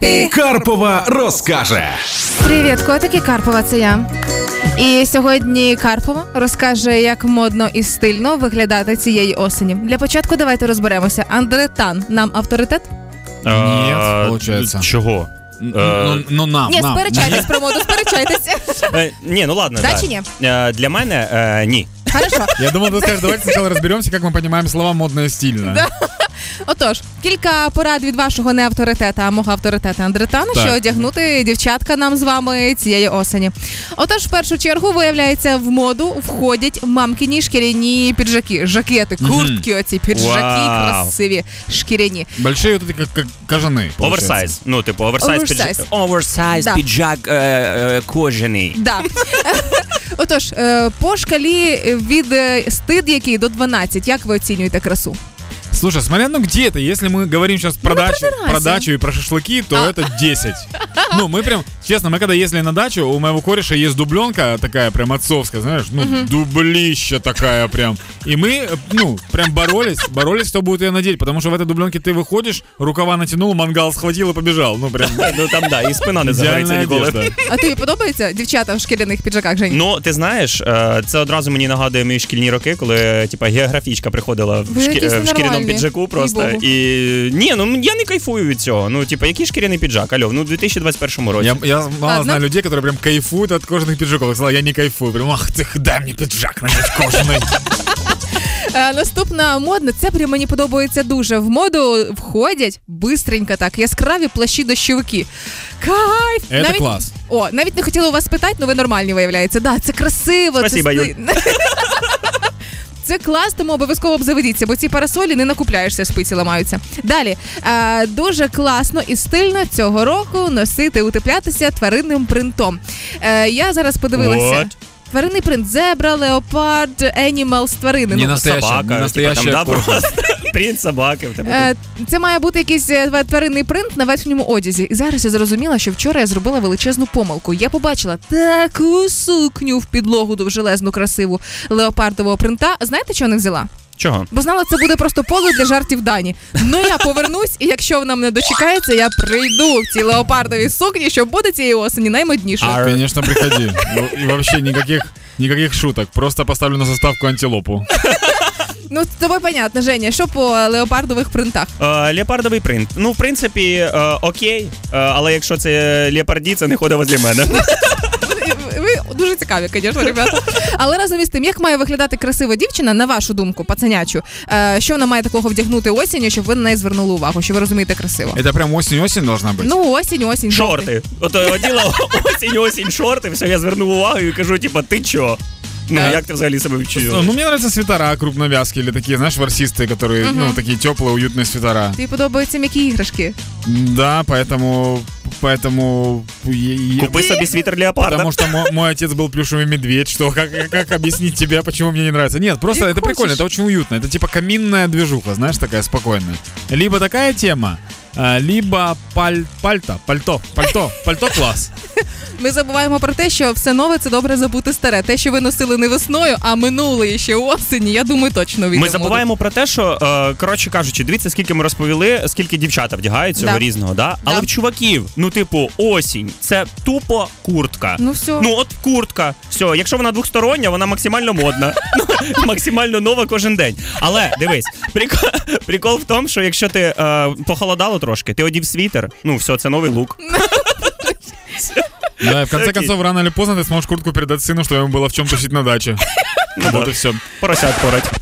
Пі. Карпова розкаже. Привіт, котики Карпова, це я. І сьогодні Карпова розкаже, як модно і стильно виглядати цієї осені. Для початку давайте розберемося. Андретан нам авторитет? Нет, получается. Чего? Ну, ну нам, Ні, нам. сперечайтесь про моду, сперечайтеся. Е, Ні, ну ладно. Да чи ні? Е, Для мене е, ні. Хорошо. Я думал, ты скажешь, давайте сначала разберемся, как мы понимаем слова модно и стильно. Отож, кілька порад від вашого не авторитета, а мого авторитета Андретана, Так. що одягнути дівчатка нам з вами цієї осені. Отож, в першу чергу виявляється, в моду входять мамкині шкіряні піджаки, жакети, куртки, оці піджаки Вау. красиві, шкіряні. Большие вот эти как, как кожаны. получается. Оверсайз. Ну, типу, оверсайз Оверсайз. піджак. Оверсайз Да. піджак е, е, кожаний. Да. Отож, е, по шкалі від е, стид який до 12, як ви оцінюєте красу? Слушай, смотря ну где ты, если мы говорим сейчас про, дачу, террасе. про дачу и про шашлыки, то это 10. Ну, мы прям, честно, мы когда ездили на дачу, у моего кореша есть дубленка такая прям отцовская, знаешь, ну, дублища такая прям. И мы, э, ну, прям боролись, боролись, кто будет ее надеть, потому что в этой дубленке ты выходишь, рукава натянул, мангал схватил и побежал. Ну, прям Ну там да, і спина не загориться идеальная ніколи. одежда. А тобі подобається дівчата в шкіряних піджаках, Жень? Ну, ти знаєш, е, це одразу мені нагадує мої шкільні роки, коли е, типа географічка приходила в, Ви шкі- якісь е, в шкіряному ненормальні, піджаку просто. їй-богу. І ні, ну я не кайфую від цього. Ну, типа, який шкіряний піджак? Альо, ну в 2021 році. Я, я мало Ладно. знаю людей, которые прям кайфуют от кожаных пиджаков. Я сказал, я не кайфую. Прям, ах, ты, дай мне пиджак надеть кожаный. Е, Наступна модна, це прям мені подобається дуже. В моду входять бистренько так, яскраві плащі дощовики. Кайф! Це клас. О, навіть не хотіла у вас питати, але ви нормальні виявляється. Да, це красиво. Спасибо, це... Юль. стильно. Це клас, тому обов'язково б заведіться, бо ці парасолі не накупляєшся, спиці ламаються. Далі е, дуже класно і стильно цього року носити, утеплятися тваринним принтом. Е, я зараз подивилася. От. Тваринний принт зебра, леопард, енімалс, тварини. Не Ну, настоящая, собака, не типа, там, настоящая да, кожа. просто принт собаки в тебе. Е, Це має бути якийсь е, тва- тваринний принт на верхньому одязі. І зараз я зрозуміла, що вчора я зробила величезну помилку. Я побачила таку сукню в підлогу довжелезну красиву леопардового принта. Знаєте, чого не взяла? Чого? Бо знала, це буде просто поле для жартів Дані. Ну я повернусь, і якщо вона мене дочекається, я прийду в цій леопардовій сукні, що буде цієї осені наймодніше. А, Конечно, приходи. Ну, и Вообще никаких никаких шуток. Просто поставлю на заставку антилопу. Ну, з тобою понятно, Женя, що по е, леопардових принтах? Е, Леопардовий принт. Ну, в принципі, е, окей, е, але якщо це леопарді, це не хода возле мене. Ви дуже цікаві, звісно, ребята. Але разом із тим, як має виглядати красива дівчина, на вашу думку, пацанячу, е, що вона має такого вдягнути осінню, щоб ви на неї звернули увагу, що ви розумієте красиво? Е, Это прям осень-осень должна быть. Ну, осінь, осінь. жовтий. Шорти. От е, оділа осінь, осінь, шорти, все, я звернув увагу і кажу, типа, ти чо? Ну, Е. як ти взагалі себе Ну, відчуєш? ну, мне нравятся свитера крупновязки или такие, знаешь, ворсистые, которые, ну, такие теплые, уютные свитера. Тобі подобаються м'які іграшки. Да, поэтому, поэтому... е- е- Купи собі світер леопарда. Потому что мо- мой отец был плюшевый медведь. Что, как, как объяснить тебе, почему мне не нравится? Нет, просто Ты это хочешь. прикольно, это очень уютно. Это типа каминная движуха, знаешь, такая спокойная. Либо такая тема, а, либо паль- пальто, пальто, пальто, пальто класс. Ми забуваємо про те, що все нове це добре забути старе. Те, що ви носили не весною, а минулої ще осені. Я думаю, точно війде Ми забуваємо про те, що е, коротше кажучи, дивіться, скільки ми розповіли, скільки дівчата вдягають цього Да. різного, да? Але в чуваків, ну типу, осінь, це тупо куртка. Ну, все. Ну от куртка. Все, якщо вона двостороння, вона максимально модна, Ну, максимально нова кожен день. Але дивись, прикол, прикол в тому, що якщо ти е, похолодало трошки, ти одів світер, ну все, це новий лук. Да, и в конце Окей. концов, рано или поздно ты сможешь куртку передать сыну, что ему было в чем тусить на даче. Ну, Вот да. и все. Поросят порать.